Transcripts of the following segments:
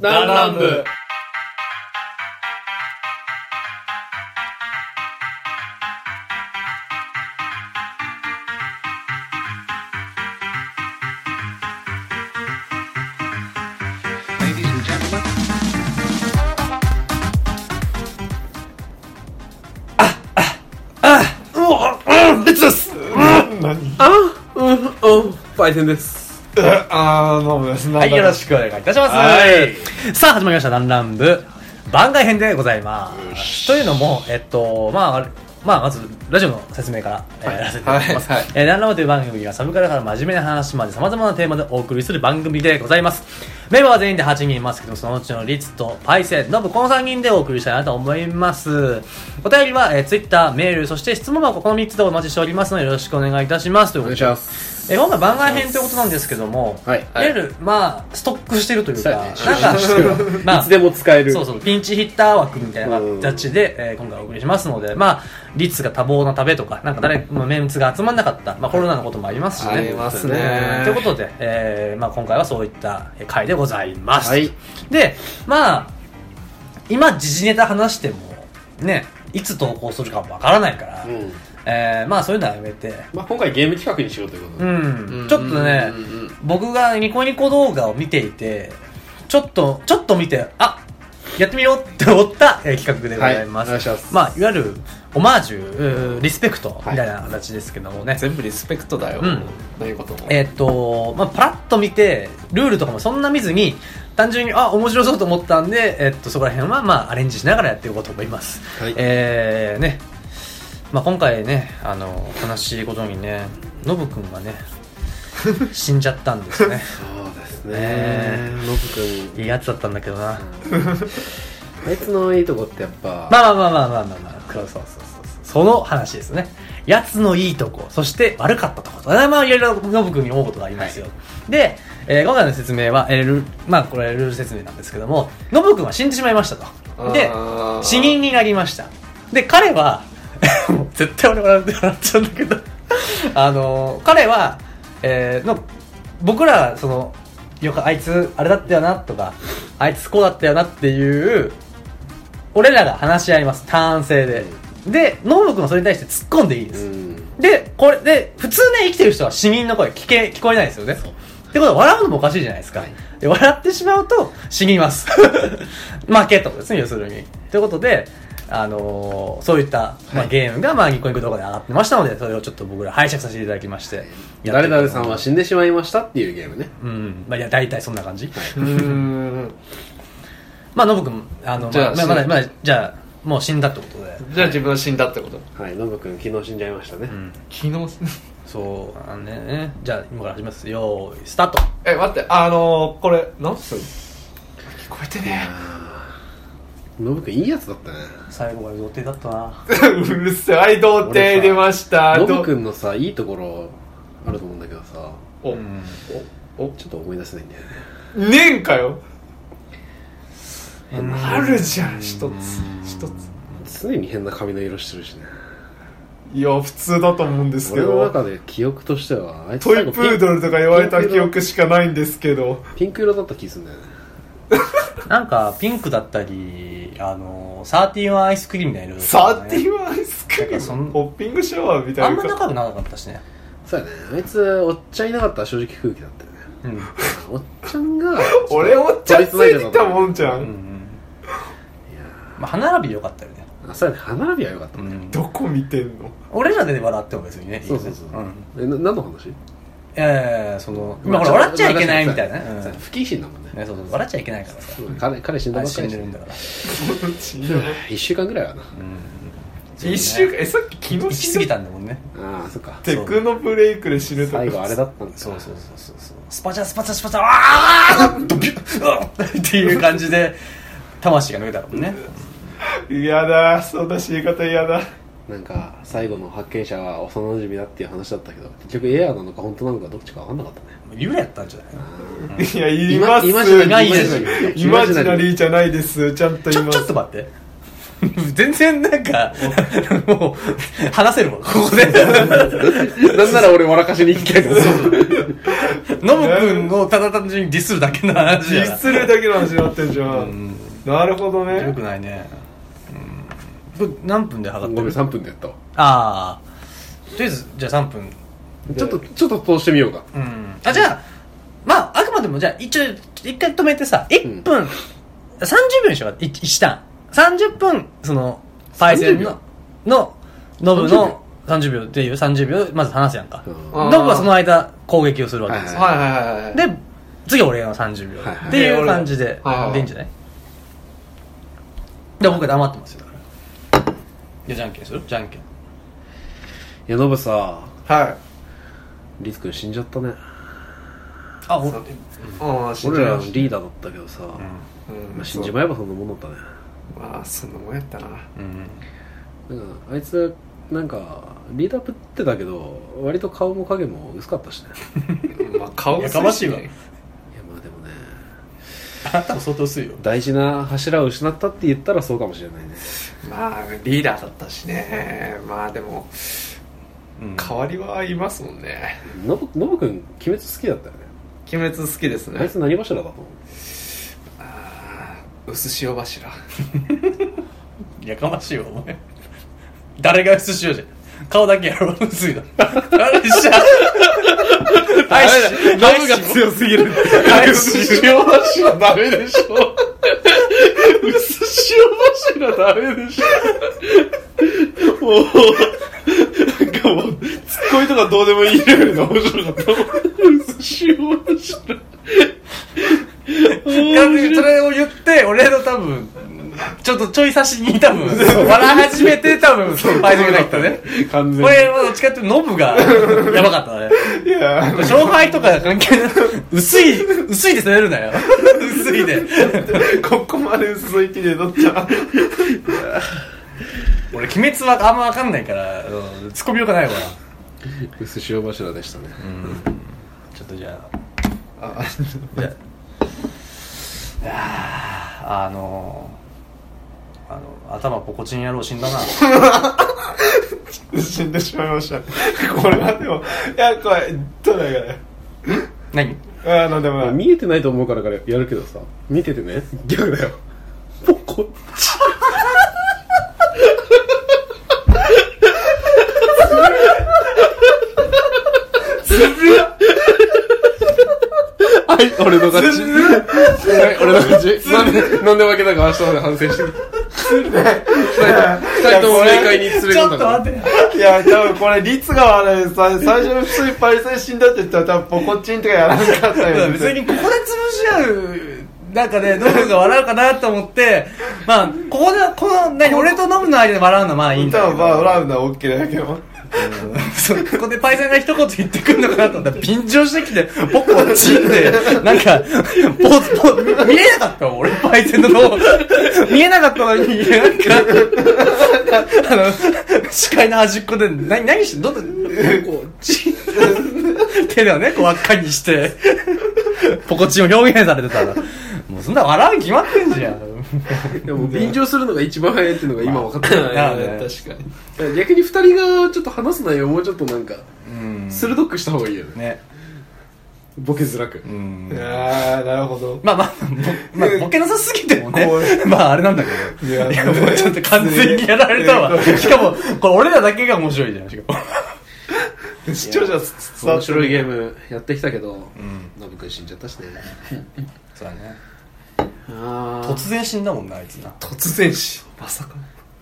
ランランブうん別です何あうんうんバイセンですあー、どうもです。ははい、よろしくお願いいたします。はいさあ、始まりました、ランラン部。番外編でございます。というのも、えっと、まあ、まあ、まず、ラジオの説明から、えーやらせていただきます。はいはいえーランラン部という番組は、サブカルから真面目な話まで様々なテーマでお送りする番組でございます。メンバーは全員で8人いますけど、そのうちのリツとパイセン、ノブ、この3人でお送りしたいなと思います。お便りは、えー、Twitter、メール、そして質問箱、この3つでお待ちしておりますので、よろしくお願いいたします。というおことですえ今回番外編ということなんですけども、はいいわゆる、まあ、ストックしてるというか、そうやなねんか、 まあ、いつでも使えるそうそう、ピンチヒッター枠みたいな形で、えー今回お送りしますので、まあ、率が多忙なためとか、なんか誰、まあ、メンツが集まんなかった、まあ、コロナのこともありますしね。ありますねうんということで、えーまあ、今回はそういったえー回でございます。はいで、まあ、今、時事ネタ話しても、ね、いつ投稿するかもわからないから、うんえーまあ、そういうのはやめて、まあ今回ゲーム企画にしようということうでん、ちょっとね、僕がニコニコ動画を見ていて、ちょっと、ちょっと見て、あやってみようって思ったえー企画でございます。はいお願いしますまあ、いわゆる、オマージュうー、リスペクトみたいな形ですけどもね。全部リスペクトだよ。うんどういうことも。えーっと、まあ、パラッと見て、ルールとかもそんな見ずに、単純に、あ、面白そうと思ったんで、えーっと、そこら辺は、まあ、アレンジしながらやっていこうと思います。はいえー、ね。まあ、今回ね、あの、悲しいことにね、ノブくんが ね、死んじゃったんですね。そうですねノブいいやつだったんだけどな。君あいつのいいとこってやっぱまあまあまあまあまあまあまあ、そうそうそうそう。その話ですね。やつのいいとこ、そして悪かったとこ。まあ、いろいろ、ノブ君に思うことがありますよ。で、えー今回の説明は、えールまあ、これ、ルール説明なんですけども、ノブ君は死んでしまいましたと。で、あー死人になりました。で、彼は、 もう絶対俺笑って笑っちゃうんだけど、あのー彼は、えーの、僕ら、その、よく、あいつ、あれだったよな、とか、あいつこうだったよなっていう、俺らが話し合います。ターン制で。で、ノブ君はそれに対して突っ込んでいいでうす。んで、これ、で、普通ね、生きてる人は市民の声聞け、聞こえないですよね。ってことは、笑うのもおかしいじゃないですか。で、笑ってしまうと、死にます。 負けってことですね、要するに。ということで、あのーそういった、まあ、ゲームが、まあ、ニコニコ動画で上がってましたので、それをちょっと僕ら拝借させていただきまして。やって誰いこう々さんは死んでしまいましたっていうゲームねうん。まあ、いや、大体そんな感じ。うーん。まあ、ノブ君、あの、じゃあまあ、まだ、死んまだ、じゃあ、もう死んだってことで。じゃあ自分は死んだってことはいノブ君昨日死んじゃいましたねうん。昨日、そう、あのね、じゃあ、今から始めます。よーい、スタート。え、待って、あのー、これ、なんす聞こえてねノブ君いいやつだったね最後まで童貞だったえ。な。うるせえ、はい、童俺貞さ出ました。ノブど君のさいいところあると思うんだけどさお、お、お、ちょっと思い出せないんだよねねんかよ。あるじゃん、一つ、一つ。常に変な髪の色してるしねいや、普通だと思うんですけ俺のど。中で記憶としてはあいつト最イプ後ードルとか言われた記憶しかないんですけど。ピンク色だった気すんだよねなんか、ピンクだったり、あの、サーティワンアイスクリームみたいな色サーティィワンアイスクリなんかそーんムホッピングシャワーみたあいんなま仲良くなかったしね。そうやねあいつおっちゃんいなかったら正直空気だったよねうん。おっちゃんが俺おっちゃんついてたもんじゃ、うんん。まあ、歯並び良かったよね。あそうやね歯並びは良かった、うん。どこ見てんの 俺らで笑っても別にね。いいそようねそうそう、ん。えな何の話ええ、その、今ほら笑っちゃいけないみたいなね。うんそうや不謹慎だもんねねそうそう、笑っちゃいけないからさ。そう彼彼死んだばっか死んりでしるんだから。 1週間ぐらいかな一週間えさっき昨行日き死過ぎんだたんだもんね。ああそっかテクノブレイクで死ぬとか最後あれだったんだそうそうそうそうそうスパチャスパチャスパチャあードキュッうわっっていう感じで魂が抜けたもんね嫌だそんな死に方嫌だなんか最後の発見者は幼馴染だっていう話だったけど結局エアーなのか本当なのかどっちか分かんなかったね幽霊やったんじゃないいやいますイマジナリーいないですイマジイマナジナリーじゃないですちゃんとち言いょまちすょっと待って 全然な んかもう話せるわここでーなんなら俺笑かしに行きたいけどノブくんをただ単純にディスるだけの話や実するだけの話になってんじゃん、うんなるほどねよくないね、うん、これ何分でご測っめてんる3分でやったわああとりあえずじゃあ3分ちょっとちょっと通してみようかうんあじゃあまああくまでもじゃあ一応一回止めてさ1分、30秒にしようかい一段30分そのパイセ30ンの秒のノブ30秒の30秒っていう30秒まず話すやんか、うんあーノブはその間攻撃をするわけですよ、はいはいはいはいはいで次俺の30秒はいはいっていう感じではいはいでいいんじゃないで僕は黙ってますよだからいやじゃんけんするじゃんけんいやノブさはいリツくん死んじゃったねあ俺ああ死んじ俺ゃらのいましたリーダーだったけどさ、うんまあ、死んじまえばそんなもんだったねまあそんなもんやったなうんなんかあいつなんかリーダーぶってたけど割と顔も影も薄かった しねまあ顔いがやかましいわいやまあでもねあなたも相当薄いよ大事な柱を失ったって言ったらそうかもしれないねまあリーダーだったしねまあでも代わりはいますもんねノブノブ君鬼滅好きだったよね鬼滅好きですあいねつ何柱だと思うああ薄塩柱いやかましいわお前誰が薄塩じゃん顔だけやろ薄いの誰一緒はいノブが強すぎる薄塩柱ダメでしょ薄塩柱ダメでしょもうなんかもうツッコミとかどうでもいいレベルが面白かった薄塩柱完全にそれを言って俺の多分ちょっとちょい差しに多分笑い始めて多分パイセンが入ったね完全こにれはどっちかっていうとノブがやばかったねいやあの勝敗とか関係ない薄い薄いで攻めるなよ薄いでここまで薄い気でだった俺鬼滅はあんま分かんないからうん突っ込みようがないわ 薄塩柱でしたねちょっとじゃああじゃあいやーあのあの頭ポコチン野郎死んだな死んでしまいましたこれはでもいやこれどうだか何ねあのでもまあな見えてないと思うからからやるけどさ見ててね逆だよポコはい俺の勝ちはい俺の勝ちなんでなんで負けたか明日まで反省してる二人とも正解に連れち込ょんだっとから待っていや多分これ率が悪いさ最初に普通にパリ戦死んだって言ったら多分ポコチンとかやらなかったよ別にここで潰し合うなんかねノブが笑うかなと思ってまあここでこの何俺とノブの間で笑うのはまあいいんだ多け分まあどラウンドは OK だけど そうここでパイセンが一言言ってくんのかなと思ったら便乗してきて僕はチンでなんかポーズポーズ見えなかったわ俺パイセンの脳見えなかったのになんかあの視界の端っこで何何してどんどんこうチン手ではねこう輪っかにしてポコチンを表現されてたらもうそんな笑うに決まってんじゃんでも便乗するのが一番早いっていうのが今分かったなるほどねかに逆に二人がちょっと話す内容をもうちょっとなんかうん鋭くした方がいいよねねボケづらくうんああなるほどまあまあ、ぼまあ、ボケなさすぎてもねこ、まああれなんだけど。いやいや、もうちょっと完全にやられたわ。 しかも、これ俺らだけが面白いじゃん、しかも。視聴者面白いゲームムやってきたけどうん。ノブ君死んじゃったしねそうだね。あ突然死んだもんな、あいつな。突然死まさか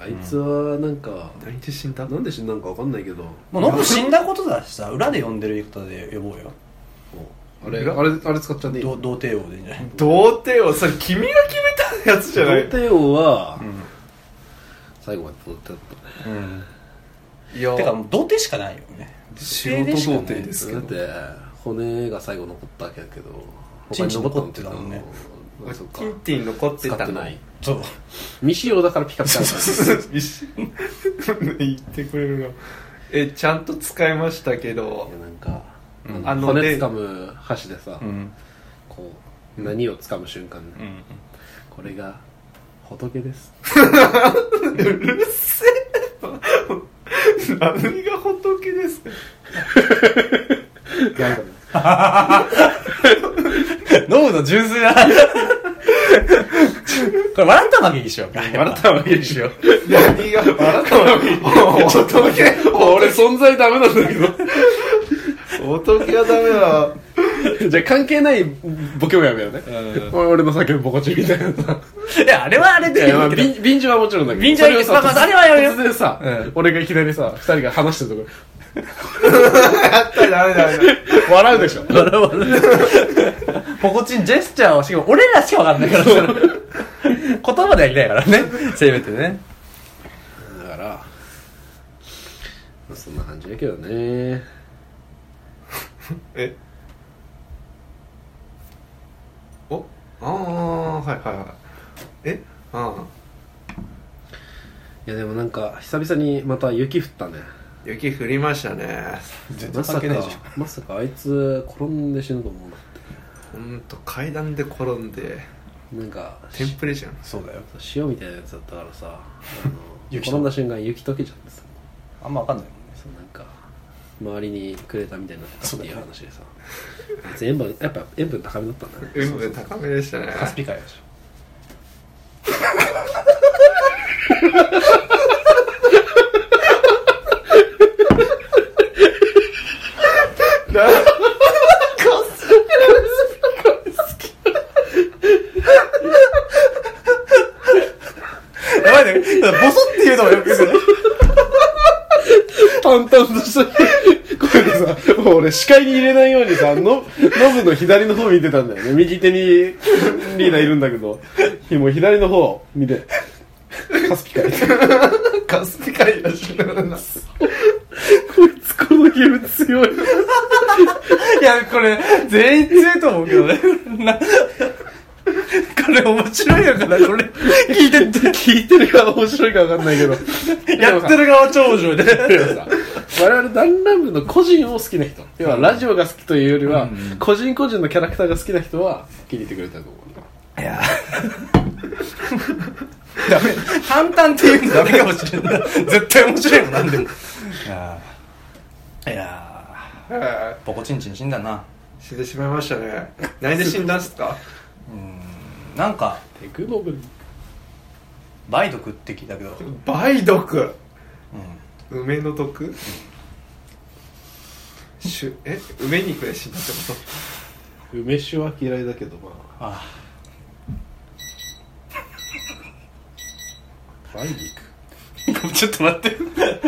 あいつはなんか、何で死んだなんで死んだんかわかんないけどもうノブ死んだことだしさ、裏で呼んでる言い方で呼ぼうよ。あれあれあれ使っちゃっていいど童貞王でいいんじゃない童貞をそれ君が決めたやつじゃない童貞王は最後まで童貞だったねうん。いやてか、もう童貞しかないよね。仕事童貞ですけだっどて骨が最後残ったわけだけどチンチン他に残ってたもんねあそっかキンティン残って使たって ないそう。未使用だからピカピカだの言ってくれるなえちゃんと使いましたけどいやなんか、うんあのあの骨で掴む箸でさ、ん。こう何を掴む瞬間、うん。これが仏 です何が仏ですかギャングと純粋 な。これ、笑ったわけにしようか。笑ったわけにしよう。何が笑ったのおとけ、俺存在ダメなんだけど。仏はダメだ じゃあ関係ないボケもやめようね。うん俺の叫ぶボコチンみたいなさ。いや、あれはあれい でいいや、まあ、んだけど。便便乗はもちろんだけど。便乗はいいですそれをまあさまああれはやるよ突然さ、うん俺がいきなりさ、二人が話してるとこやったらダメだよろ、笑うでしょ。笑わないポコチンジェスチャーをしかも、俺らしかわかんないから、それ言葉ではないからね。せめてね。だから、そんな感じだけどね。えおああはいはいはいえああいや、でもなんか、久々にまた雪降ったね。雪降りましたね全ま然さ関か係ないじゃん。、まさかあいつ転んで死ぬと思うなっほんと階段で転んでて。なんか、テンプレじゃんそうだよ。塩みたいなやつだった からさ、あの雪転んだ瞬間雪溶けちゃってさ、あんまわかんないもんね。そうなんか、周りにくれたみたいになってたっていうそうだよ話でさ、あいつ塩分、やっぱ塩分高めだったんだね。運分高めで したねカスピ海でしょ。やばいね。ボソって言うのもよくする。淡々として、 これさ、もう俺視界に入れないようにさ、ノノブの左の方見てたんだよね。右手にリーダーいるんだけど、もう左の方見て、カスピカイ。カスピ海だしなこいつこのゲーム強い。いや、これ、全員強いと思うけどね。なこれ面白いのかなこれ、聞いてって。聞いてるから面白いか分かんないけど。やってる側超面白いね。 我々弾丸部の個人を好きな人。要はラジオが好きというよりは、個人個人のキャラクターが好きな人は気に入ってくれたと思う。いや。ダメ。淡々って言うのダメかもしれない。絶対面白いもん、なんでも。いやーいやはーポコチンチン死んだな。い死んでしまいましたね何で死んだんすかうん。なんか、テクノブリ梅毒食ってきたけど、梅毒うん。梅の毒しゅえ梅肉で死んだってこ梅酒は嫌いだけど、まあ、あ梅肉。あ。ちょっと待って。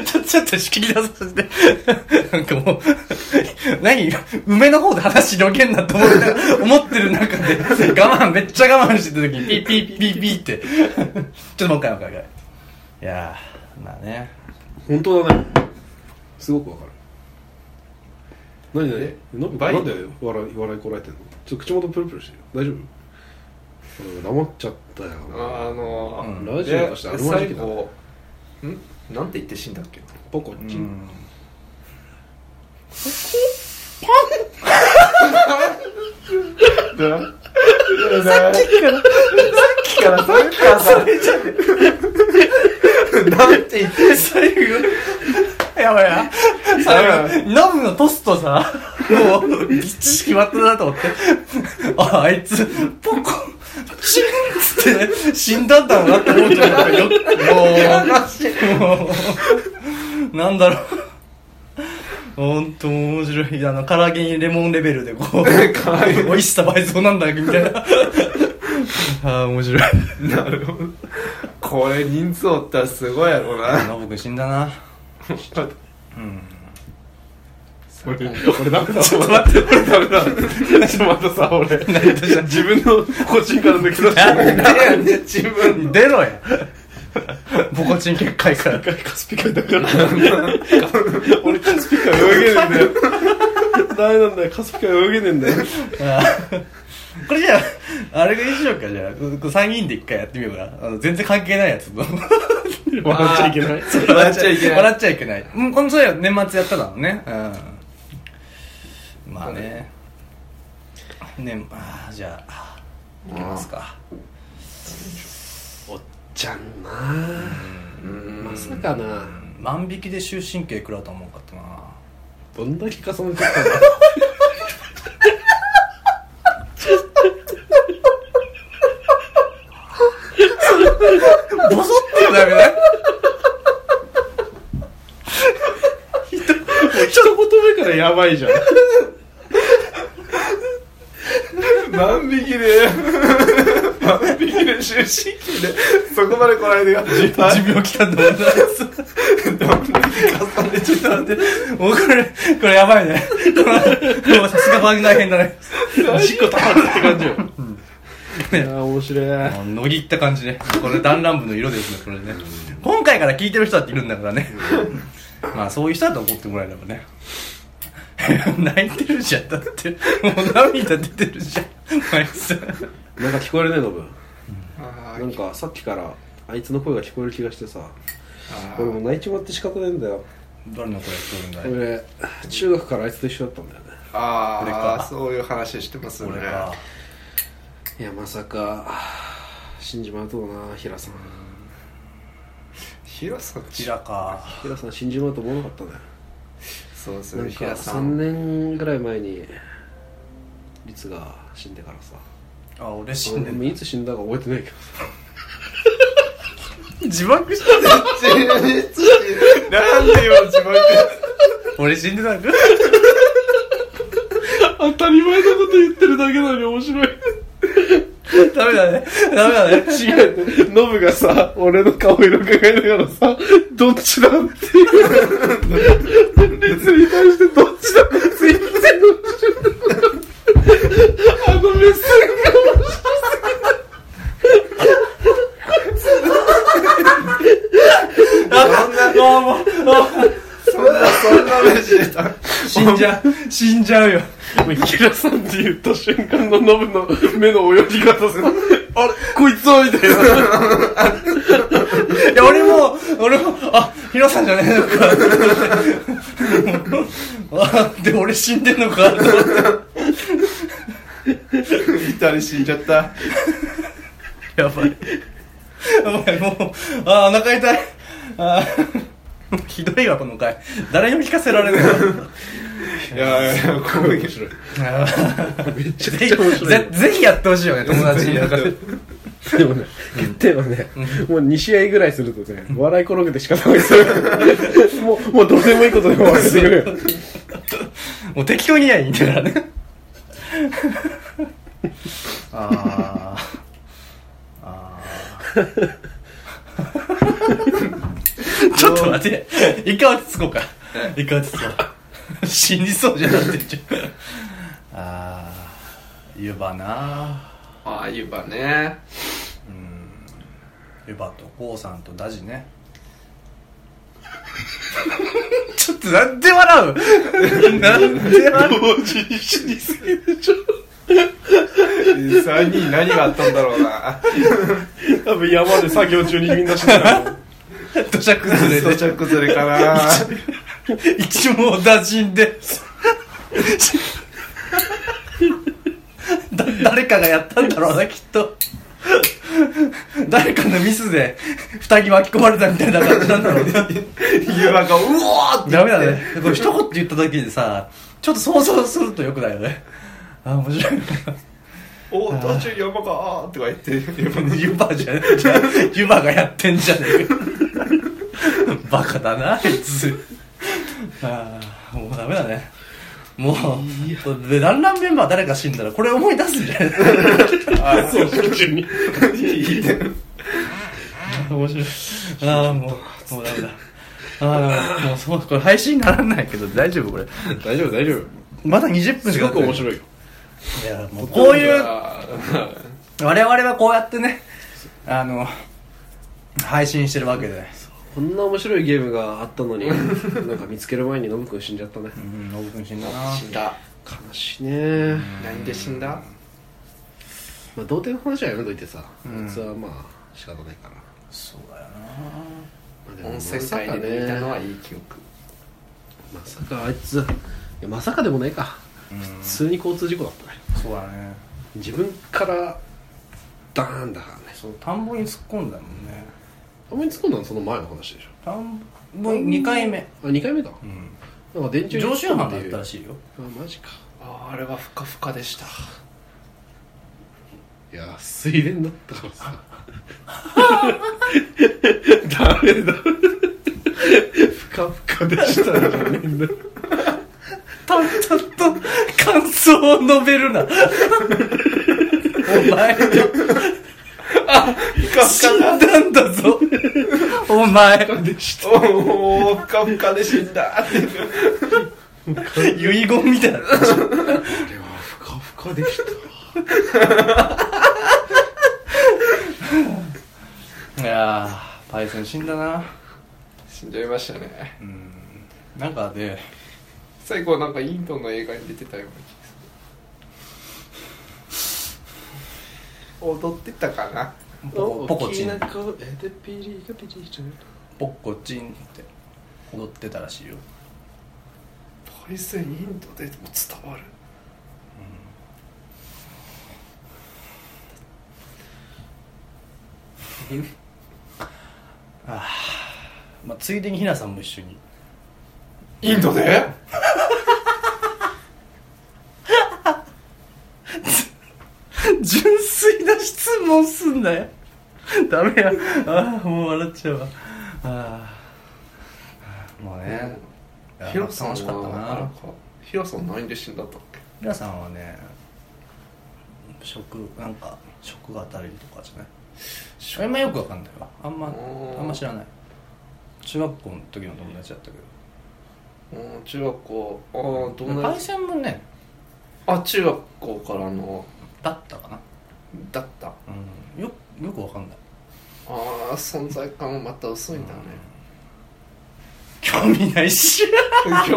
ちょ、ちょっと仕切り出させて。なんかもう、何梅の方で話広げんなと思って、思ってる中で、我慢、めっちゃ我慢してた時に、ピーピーピーピーピーって。ちょっともう一回もう一回もう一回。いやー、まあね。本当だねすごくわかる何何え何バイなんで笑い笑いこらえてんのちょっと口元プルプルしてるよ大丈夫俺黙っちゃったよとああのうんラジオとしてあるまじ最きだ後んなんて言って死んだっけポコチンさっきからさっきからさっきからさなんて言って最後、やばいな。最後、ノブのトスとさ、もう、ぎっちし決まったなと思って、あ、あいつ、ポコ、チンって死んだんだろうなって思ってたんだよ。もう、もう、なんだろう。ほんと面白い。あの、唐揚げにレモンレベルでこう、美味しさ倍増なんだ、みたいな。ああ、面白い。なるほどこれ人数おったらすごいやろうなノブ君死んだな。うん。俺俺ダメだちょっと待って俺ダメだちょっとまたさ俺自分の個人から抜け出してなんで自分出ろやボコチン結界からカスピカイだから俺カスピカイ泳げねえんだよ ダメなんだよカスピカイ泳げねえんだよこれじゃああれがいいしようかじゃあ3人で一回やってみようかあの全然関係ないやつの笑っちゃいけない笑っちゃいけない笑っちゃいけないうんこのそれは年末やっただもんねうんまあねねあーじゃあいきますかおっちゃんなあうんまさかなうん万引きで終身刑食らうとは思うかったなどんだけ重なっちゃったのボソっていう涙一言目からやばいじゃん。万引きで、万引きで終身期で、そこまで来ないでよ。寿命期間で終わります。えちょっと待って、もうこれ、これやばいね。これはさすが番外編だね。 事故たまるって感じよ。いやー、面白い。もうのぎった感じね。これ、弾丸部の色ですね、これね。今回から聞いてる人だっているんだからね。まあ、そういう人だと思ってもらえればね。泣いてるじゃん。だって、もう涙出てるじゃん。マイさん。なんか聞こえるね、ノブ。あなんかさっきから、あいつの声が聞こえる気がしてさ、俺もーう泣いちまって仕方ないんだよ。誰の声聞こえるんだい俺、中学からあいつと一緒だったんだよね。あこれーかそういう話してますね俺か。いや、まさか、死んじまうとはな、平さん。ヒラさんちらか。平さん死んじまうと思わなかったね。そうですなんねかヒラさ3ん年ぐらい前に律が死んでからさあ、俺死んで俺もる。いつ死んだか覚えてないけど自爆したね。なんでよ自分俺死ん でたんだ。当たり前のこと言ってるだけなのに面白いダメだね。ダメだね。違うね ノブがさ俺の顔色伺いながらさどっちだ っていう律に対してどっちだって全然あの目線あ、もう、そんなそんな話してた死んじゃう。死んじゃうよ。が平さんって言った瞬間のノブの目の泳ぎ方さあれこいつはみたいないや、俺も、俺も、あ、ヒロさんじゃねえのか。あ、 で、俺死んでんのか。二人死んじゃったやばい。やばい、もう、あ、お腹痛い。あ、ひどいわ、この回。誰にも聞かせら れない。いやいやこう面白いめっちゃぜくちゃ面ひ、白いぜぜひやってほしいよね、友達に。でもね、決定はね、もう2試合ぐらいするとね、笑い転げて仕方ないですよ。もう、もうどうでもいいことでも忘れてくれよ。もう適当にやりゃいいんだからね。あー。あーちょっと待って、一回落ち着こうか。一回落ち着こう。死にそうじゃなくて。あー、湯葉なああ湯葉ね湯葉とこうさんとダジね。ちょっとなんで笑うなんで笑う同時に死にすぎでしょ。 3人何があったんだろうな多分山で作業中にみんな死んだら、土砂崩れ到で。着ずれかな一網打尽でだ誰かがやったんだろうなきっと誰かのミスで二人巻き込まれたみたいな感じなんだろうな湯葉がうおーってダメだねこれ一言言った時にさちょっと想像するとよくないよねあ面白いおお途中山かあーとか言って湯葉のユバじゃねえユバがやってんじゃねえかバカだなあいつああもうダメだねもうでランランメンバー誰か死んだらこれ思い出すんじゃないあそう、中に。面白いああもうもうダメだああダメだもうそうこれ配信にならないけど大丈夫これ大丈夫、大丈夫。まだ20分しすかごやっくてない面白いよ。いやも うこういうう我々はこうやってねあの配信してるわけでこんな面白いゲームがあったのに、なんか見つける前にノブくん死んじゃったね。うんノブ君死んだ死んだ悲しいね。何で死んだまあ、童貞の話はやめといてさ、んあいつはまあ、仕方ないから。そうだよなまあでも温泉街で見たのはいい記憶まさかあいついやまさかでもないか普通に交通事故だったねそうだね自分からダーンだからねそう田んぼに突っ込んだもんねあんまり突っ込んだのその前の話でし田んぼ2回目ょあ2回目だうんなんか電柱常習犯だっっていうたらあしいよマジかあーあれはふかふかでした いや水田だったからさダメだ。ふかふかでしたね、みんな。淡々と感想を述べるな。お前ふかふ死んだんだぞ。お前、でした。かおおふかふかで死んだって遺言みたいな。あれはふかふかでした。いやー、パイセン死んだな。 死んじゃいましたねうん。なんかで、最後なんかインドの映画に出てたような気がする踊ってたかなポポコチン大きな顔でピリがピリとポッコチンって踊ってたらしいよ。パイセンインドでも伝わるまあ、ついでにひなさんも一緒に。インドで純粋な質問すんなよ。ダメや。ああ、もう笑っちゃうわ。ああ。もうね、ヒロさんは楽しかったんな。かヒロさん何で死んだったっけひなさんはね、食、なんか、食が足りるとかじゃないあんまよくわかんないわ。あんま、うんあんま知らない。中学校の時の友達だったけうん中学校ああどんど。なパイセンもね、あ中学校からのだったかな。だったあうん。よ、よくわかんない。あ存在感はまた薄い んだね興味ないし。今日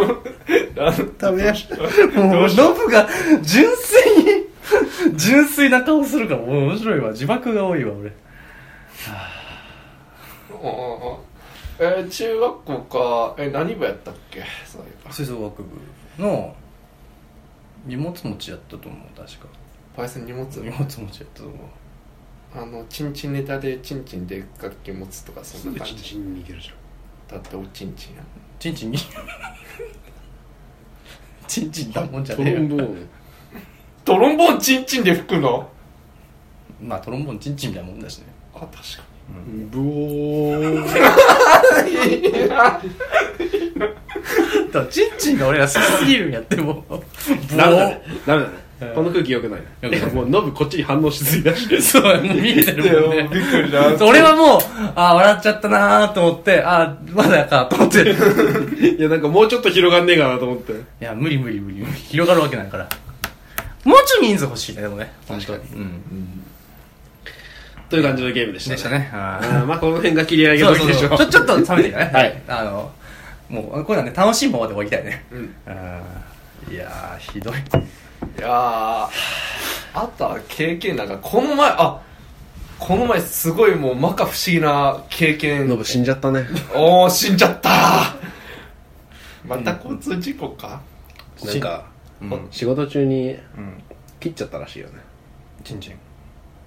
ダメや。 もう、ノブが、純粋に、純粋な顔するから、もう面白いわ。自爆が多いわ、俺。ああえー、中学校かえ何部やったっけそういえば吹奏楽部の、荷物持ちやったと思う、確か。パイセン荷物荷物持ちやったと思う。あのチンチンネタでチンチンで楽器持つとかそんな感じに逃げるじだっておちんちんやちんちん に。ちんちんだもんじゃトねロえンよ。ボーン。トロンボーンチンチンで吹くのまあ、トロンボーンちんちんみたいなもんだしね。あ確かブオーン。だからちんちんが俺ら好きすぎるんやって、もう。ダメだね。ダメだねうん。この空気良くない良くないね。もう、ノブこっちに反応しすぎだし。そう、もう見えてるもんね。びっくり だ 俺はもう、あー笑っちゃったなーと思って、あーまだかと思って。 いいや、なんかもうちょっと広がんねえかなと思って。や、無理無理無理無理。広がるわけないから。もうちょい人数欲しいね、でもね。本当確うん。という感じのゲームでしたね。でしたね。あーあーまあ、この辺が切り上げそう時そうでしそょう。ちょ、ちょっと冷めていいか ね。はい。あの、もう、こういうのはね、楽しいままで終わりたいね。うんうん。いやー、ひどい。いやーあとは経験なんかこの前あこの前すごいもう摩訶不思議な経験ノブ死んじゃったね。おお死んじゃったまた交通事故か、なんか、ううんん。仕事中にうん。切っちゃったらしいよね。ちんちん。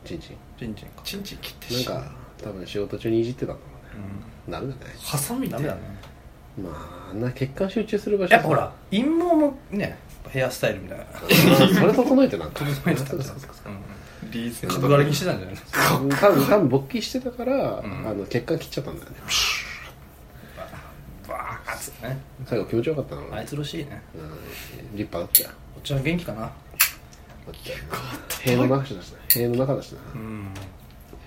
ちんちん。ちんちんか。チンチン切ってなんしまうか、多分仕事中にいじってたんだろうね。うダメだね。ハサミん。でダメだね。まあ、あんな血管集中する場所やっぱほら、陰謀もね、ヘアスタイルみたいな。うんそれ整えてなんか。整えてたんじゃないリーゼン 角割りにしてたんじゃないですか。多分、多分勃起してたから、んあの、血管切っちゃったんだよね。バーッつってね。最後気持ちよかったの。うんあいつらしいね。立派だったよ。こっちは元気かな。塀の中だしな。塀の中だしな。うん。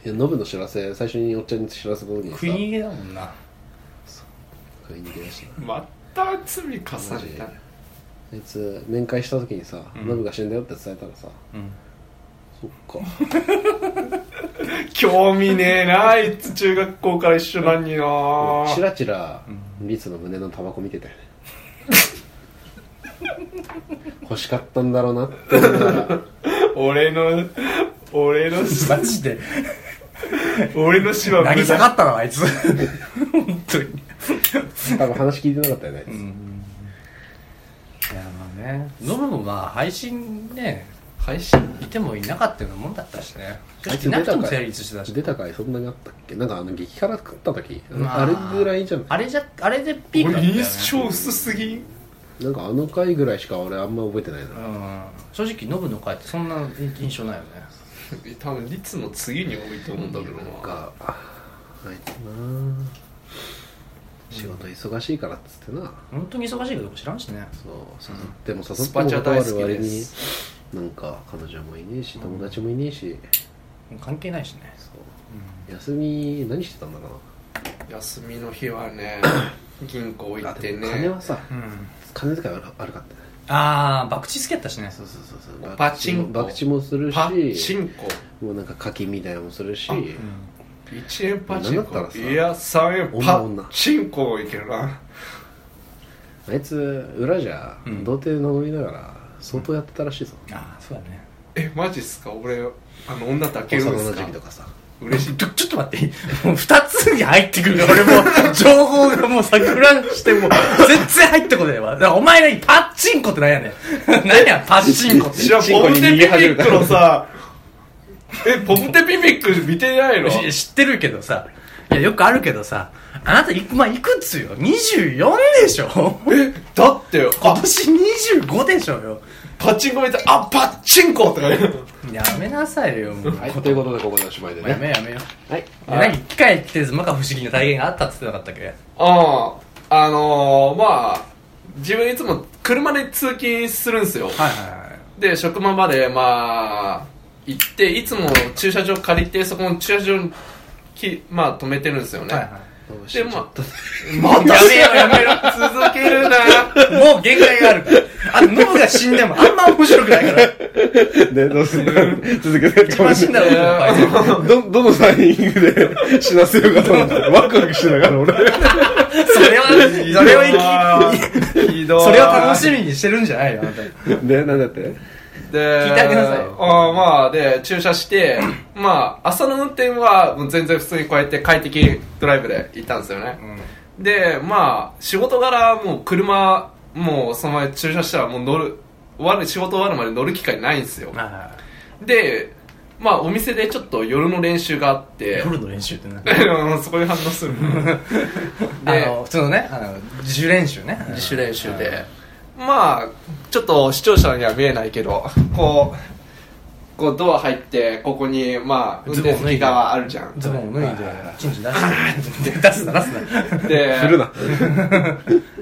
いや、ノブの知らせ、最初におっちゃんに知らせた時にさ、食い逃げだもんな。食い逃げだしな。また罪重ねたねあいつ、面会した時にさ、ノブが死んだよって伝えたらさ、うん。そっか。興味ねえなあいつ中学校から一緒なんになチラチラリツの胸のタバコ見てたよね欲しかったんだろうなって思いながら俺の俺のマジ で、俺の死は投げ無下駄がったな、あいつ。本当に。多分話聞いてなかったよね、ん。いや、まあね。ノブもまあ、配信ね、配信いてもいなかったようなもんだったしね。あいついな出くてたもか成い立してたし。出たかいそんなにあったっけなんかあの激辛食った時、まあ、れぐらいじゃないあれじゃ、あれでピークだったよね。印象薄すぎんなんかあの回ぐらいしか俺あんま覚えてないな、うん正直ノブの回ってそんな印象ないよね多分律の次に多いと思うんだけどなんなかあいつな仕事忙しいからっつってな本当に忙しいかどうか知らんしねそう誘っても誘スってパもチャ断大好るき割でにすなんか彼女もいねえし友達もいねえしもう関係ないしねそうう休み何してたんだか休みの日 はね銀行行なっあでても金ねはさん、金遣い悪悪かったねああ博打好きやったしねそうそうそうそうパチンコ博打もするパチしンコもうなんか課金みたいなのもするしあうん1円パチンなんだったらコさいや3円パ女女チンコいけるなあいつ裏じゃうん童貞名乗りながら相当やってたらしいぞああそうだねえマジっすか俺あの女だけるん幼すなじかみとかさ嬉し いちょちょっと待っていいもう2つに入ってくるから俺もう情報がもう錯乱してもう全然入ってこないわだからお前何パッチンコって何やねん 何やパッチンコってじゃあチンポコンにテ逃ピげピ始めッたクのさえポンテピピック見てないのいや知ってるけどさいやよくあるけどさあなたいく,、まあ、いくつよ24でし ょえだってよ今あ年25でしょよパチンコ見てあパチンコとかねやめなさいよもう、はいということでここでおしまいでもうやめねよやめよはいいや何機械来てず摩訶不思議な体験があったっつってなかったっけあああのー、まあ自分いつも車で通勤するんすよはいはいはいで職場までまあ行っていつも駐車場借りてそこの駐車場にきまあ止めてるんですよね、はいはでまあまたやめよやめろ続けるないもう限界があるからあのノブが死んでもあんま面白くないからでどうする 続けて一番死んだら面白くないど、どのタイミングで死なせようかと思って、ワクワクしながら俺。 それはそれを生ひどきいそれを楽しみにしてるんじゃないよあなたで、なんだってで聞いてあげなさいよああまあで駐車して まあ朝の運転はもう全然普通にこうやって快適ドライブで行ったんですよね、でまあ仕事柄もう車もうその前駐車したらもう乗る終わる仕事終わるまで乗る機会ないんですよあでまあお店でちょっと夜の練習があって夜の練習ってなうん そこで反応す るのあでの普通のねあの自主練習ね自主練習でまあちょっと視聴者には見えないけどこうこうドア入ってここにまあ運ズボン転脱席いで側あるじゃんズボンを脱いでチンチン出して 出すな出すな で振るな。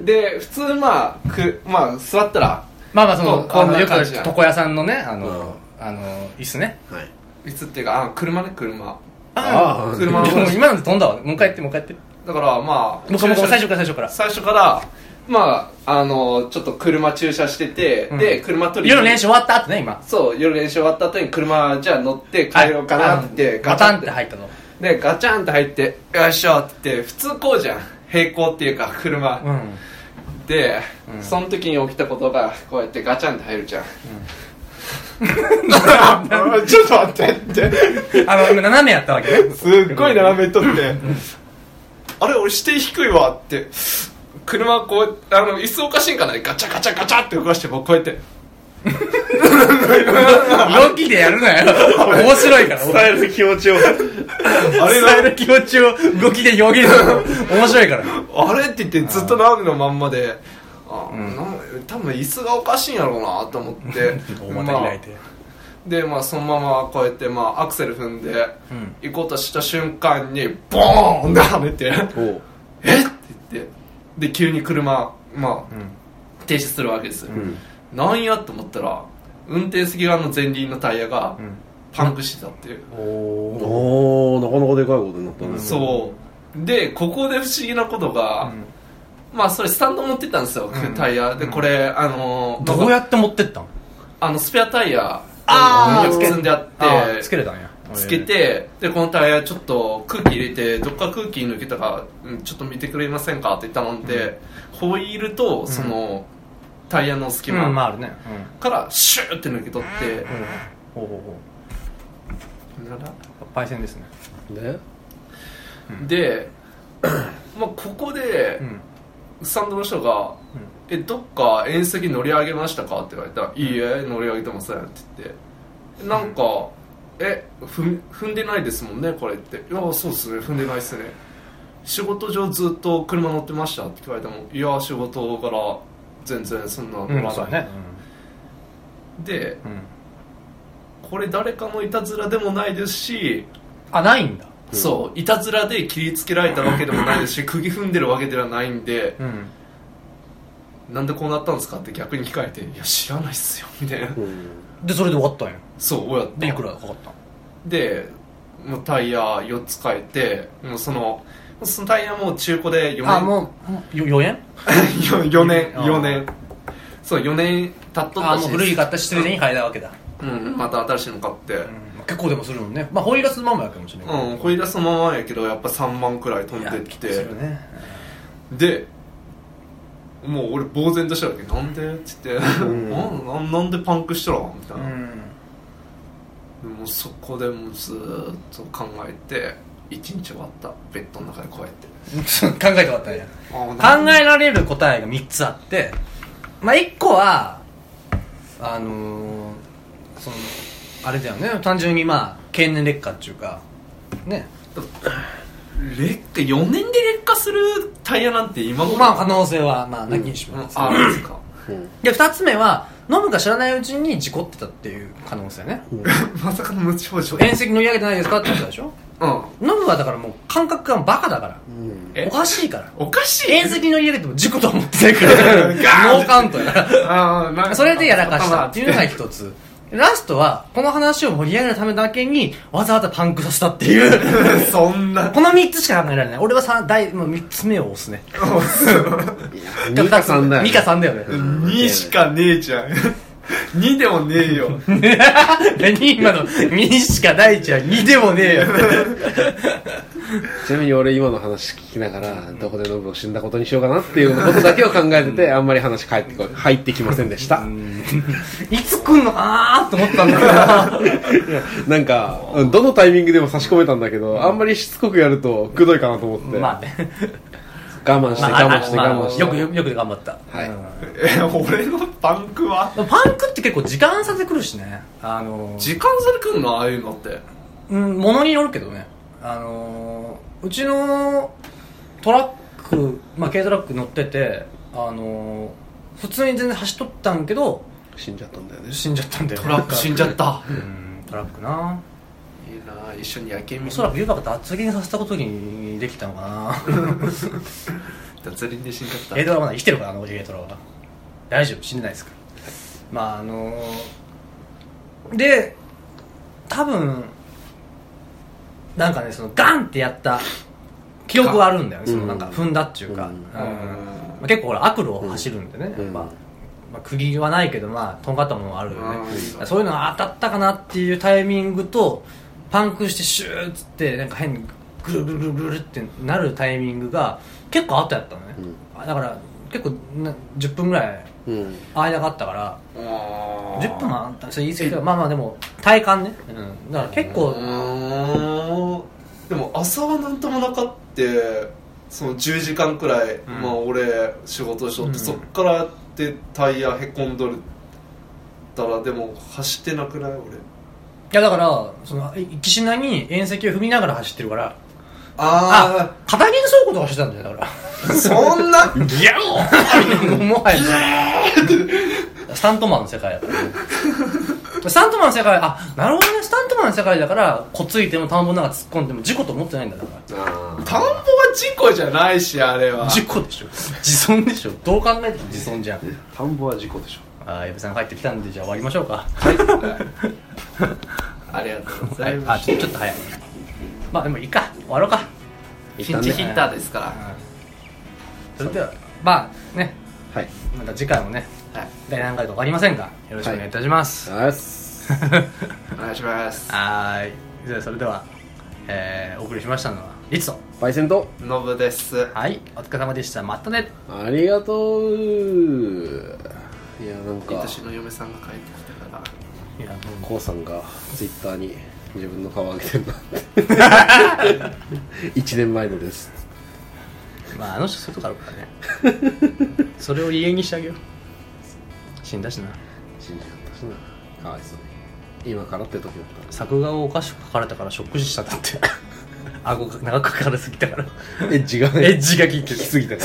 で普通まあくまあ座ったらまあまあそこのこんなあのよくある感じだ床屋さんのねあうんのあの椅子ねはい。いつっていうかあ車ね車ああ、車もう今ので飛んだわもう一回やってもう一回やってもだからまあう一回もう一回最駐初から最車最初初かからまああのちょっと車駐車してて、うんで車取りにら夜の練習終わった後ね今そう夜練習終わった後に車じゃあ乗って帰ろうかなってガタンって入ったのでガチャンって入って「よいしょ」って普通こうじゃん平行っていうか車、うんで、うんその時に起きたことがこうやってガチャンって入るじゃん、 ちょっと待ってってあの今斜めやったわけねすっごい斜めとってあれ俺指定低いわって車こうあの椅子おかしいんかなガチャガチャガチャって動かして僕こうやって動きでやるなよ面白いから伝える気持ちを。あれ伝える気持ちを動きで表現するの面白いからあれって言ってずっと斜めのまんまであ、なん多分椅子がおかしいんやろうなと思って 大股開いて、でまあそのままこうやってまあアクセル踏んでうん行こうとした瞬間にボーンって跳ねて おうえっって言ってで急に車まあうん停止するわけです、んなんやと思ったら運転席側の前輪のタイヤがうんパンクしてたっていう、おおー、なかなかでかいことになったね。そうでここで不思議なことが、まあそれスタンド持ってったんですよ、んタイヤでこれあのーどうやって持ってったのあのスペアタイヤあーを積んであってあつけれたんやつけてでこのタイヤちょっと空気入れてどっか空気抜けたか、うん、ちょっと見てくれませんかって言ったので、ホイールとその、タイヤの隙今、うん、ま間ああるねからシューって抜け取って、うんおうおうおうならパイセンですねね。で まあここでうんスタンドの人が「えどっか縁石乗り上げましたか?」って言われたら「いいえ乗り上げてません」って言ってなんか「え踏み踏んでないですもんねこれ」って「いやそうっすね踏んでないっすね」仕事上ずっと車乗ってましたって言われても「いや仕事から全然そんな乗らうんそうなだい」ねでうんここれ誰かのいたずらでもないですし、あないんだそういたずらで切りつけられたわけでもないですし釘踏んでるわけではないんで、うんなんでこうなったんですかって逆に聞かれていや知らないっすよみたいな、でそれで終わったんやそうこうやってでいくらかかったんでもうタイヤ4つ変えてもうそのそのタイヤも中古で4年 あもうよ4円 4, 4年あー4年そう4年経っとったあしもう古い買った失礼に変えたわけだ、うん、また新しいの買ってうん結構でもするもんねまあホイールスマンもやかもしれないうん、これがそのままやけどやっぱ3万くらい飛んできいやてするねでもう俺呆然としたわけなんでって言って、うん なななんでパンクしとらんみたういな、ん でもうそこでもうずーっと考えて一日終わったベッドの中でこうやってそう考えて終わったんや考えられる答えが3つあってまあ1個はあのー、そのあれだよね単純にまあ経年劣化っていうかね劣化4年で劣化するタイヤなんて今頃まあ可能性はまあなきにしうんもああるんですかで2つ目は飲むか知らないうちに事故ってたっていう可能性ねまさかの無症状縁石乗り上げてないですかって言ってたでしょうん飲むはだからもう感覚がバカだからえおかしいからおかしい縁石乗り上げても事故とは思ってないからノーカウントやからああなんかそれでやらかしたっていうのが一つ。ラストは、この話を盛り上げるためだけに、わざわざパンクさせたっていう。そんなこの三つしか考えられない。俺は三、第、もう三つ目を押すね。ミカさんだよ。ミカさんだよね。 2しかねえじゃん2でもねえよ何今の、ミしかないじゃん。2でもねえよ。ちなみに俺今の話聞きながら、どこでノブを死んだことにしようかなっていうことだけを考えてて、あんまり話返ってこ入ってきませんでした。いつ来んのかなーと思ったんだけど。なんか、うんどのタイミングでも差し込めたんだけど、あんまりしつこくやると、くどいかなと思って。 まあね。我慢して、まあ我慢して、まあ我慢して。よく、よくよく頑張った。はいうんえ俺のパンクはパンクって結構時間差で来るしね。あのー時間差で来んのああいうのってうん、ものによるけどね。あのー、うちのトラック、まあ、軽トラック乗ってて、あのー、普通に全然走っとったんけど、死んじゃったんだよね。死んじゃったんだよトラック死んじゃったうん、トラックないいな一緒に夜景見おにそらく湯葉が脱輪させたことにできたのか脱輪で死んじゃったな軽トラはまだ生きてるからあの軽トラは大丈夫死んでないですからまああのー、で多分なんかねそのガンってやった記憶はあるんだよねそのなんか踏んだっていうか、うんうんまあ、結構ほら悪路を走るんでね、うんまあうんまあ、釘はないけどまあとんがったものはあるよねうんそういうのが当たったかなっていうタイミングとパンクしてシューッつってなんか変にぐるぐるぐるぐるってなるタイミングが結構あったやったのね、あだから結構な10分ぐらいうん。間があったからあー10分はあんたそれ言い過ぎだけどまあまあでも体感ね、うん、だから結構、うーんでも朝はなんともなかってその10時間くらい、んまあ俺仕事しとって、うんそっからやってタイヤへこんどるたらでも走ってなくない俺いやだからそのい岸なに縁石を踏みながら走ってるからああ片輪走行とかしてたんだよだからあそんなギャローもはや スタントマンの世界だからスタントマンの世界あなるほどねスタントマンの世界だからこついても田んぼの中突っ込んでも事故と思ってないんだだかあ田んぼは事故じゃないしあれはら事故でしょ自損でしょどう考えても自損じゃんー田んぼは事故でしょ。あ矢部さん帰ってきたんでじゃあ終わりましょうかありがとうごはざいいまあすちょちょっと早いまあでもいいか終わろうかピンチヒッターですからそれではまあねはい。また次回もねはい第何回か分かりませんがよろしくお願いいたします、あっす。お願いしますはーい。じゃあそれでは、えー、お送りしましたのは、リツと。パイセント、ノブですはい。お疲れ様でした。またね。ありがとう。いや、なんか、私の嫁さんが帰ってきたからいや、もうコウさんがツイッターに自分の顔上げてんだ って。1年前のです。まあ、あの人そういうとこあるからね。 それを家にしてあげよう。死んだしな。死んじゃったしな。かわいそうに。今からって時だったんです。作画をおかしく書かれたからショック死したんだって。 顎が長く書かれすぎたから。エッジがね、 エッジが効いきてすぎたか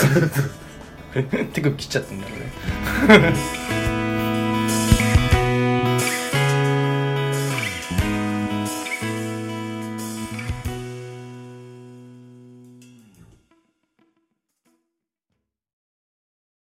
ら。 る。手首切っちゃってんだよね。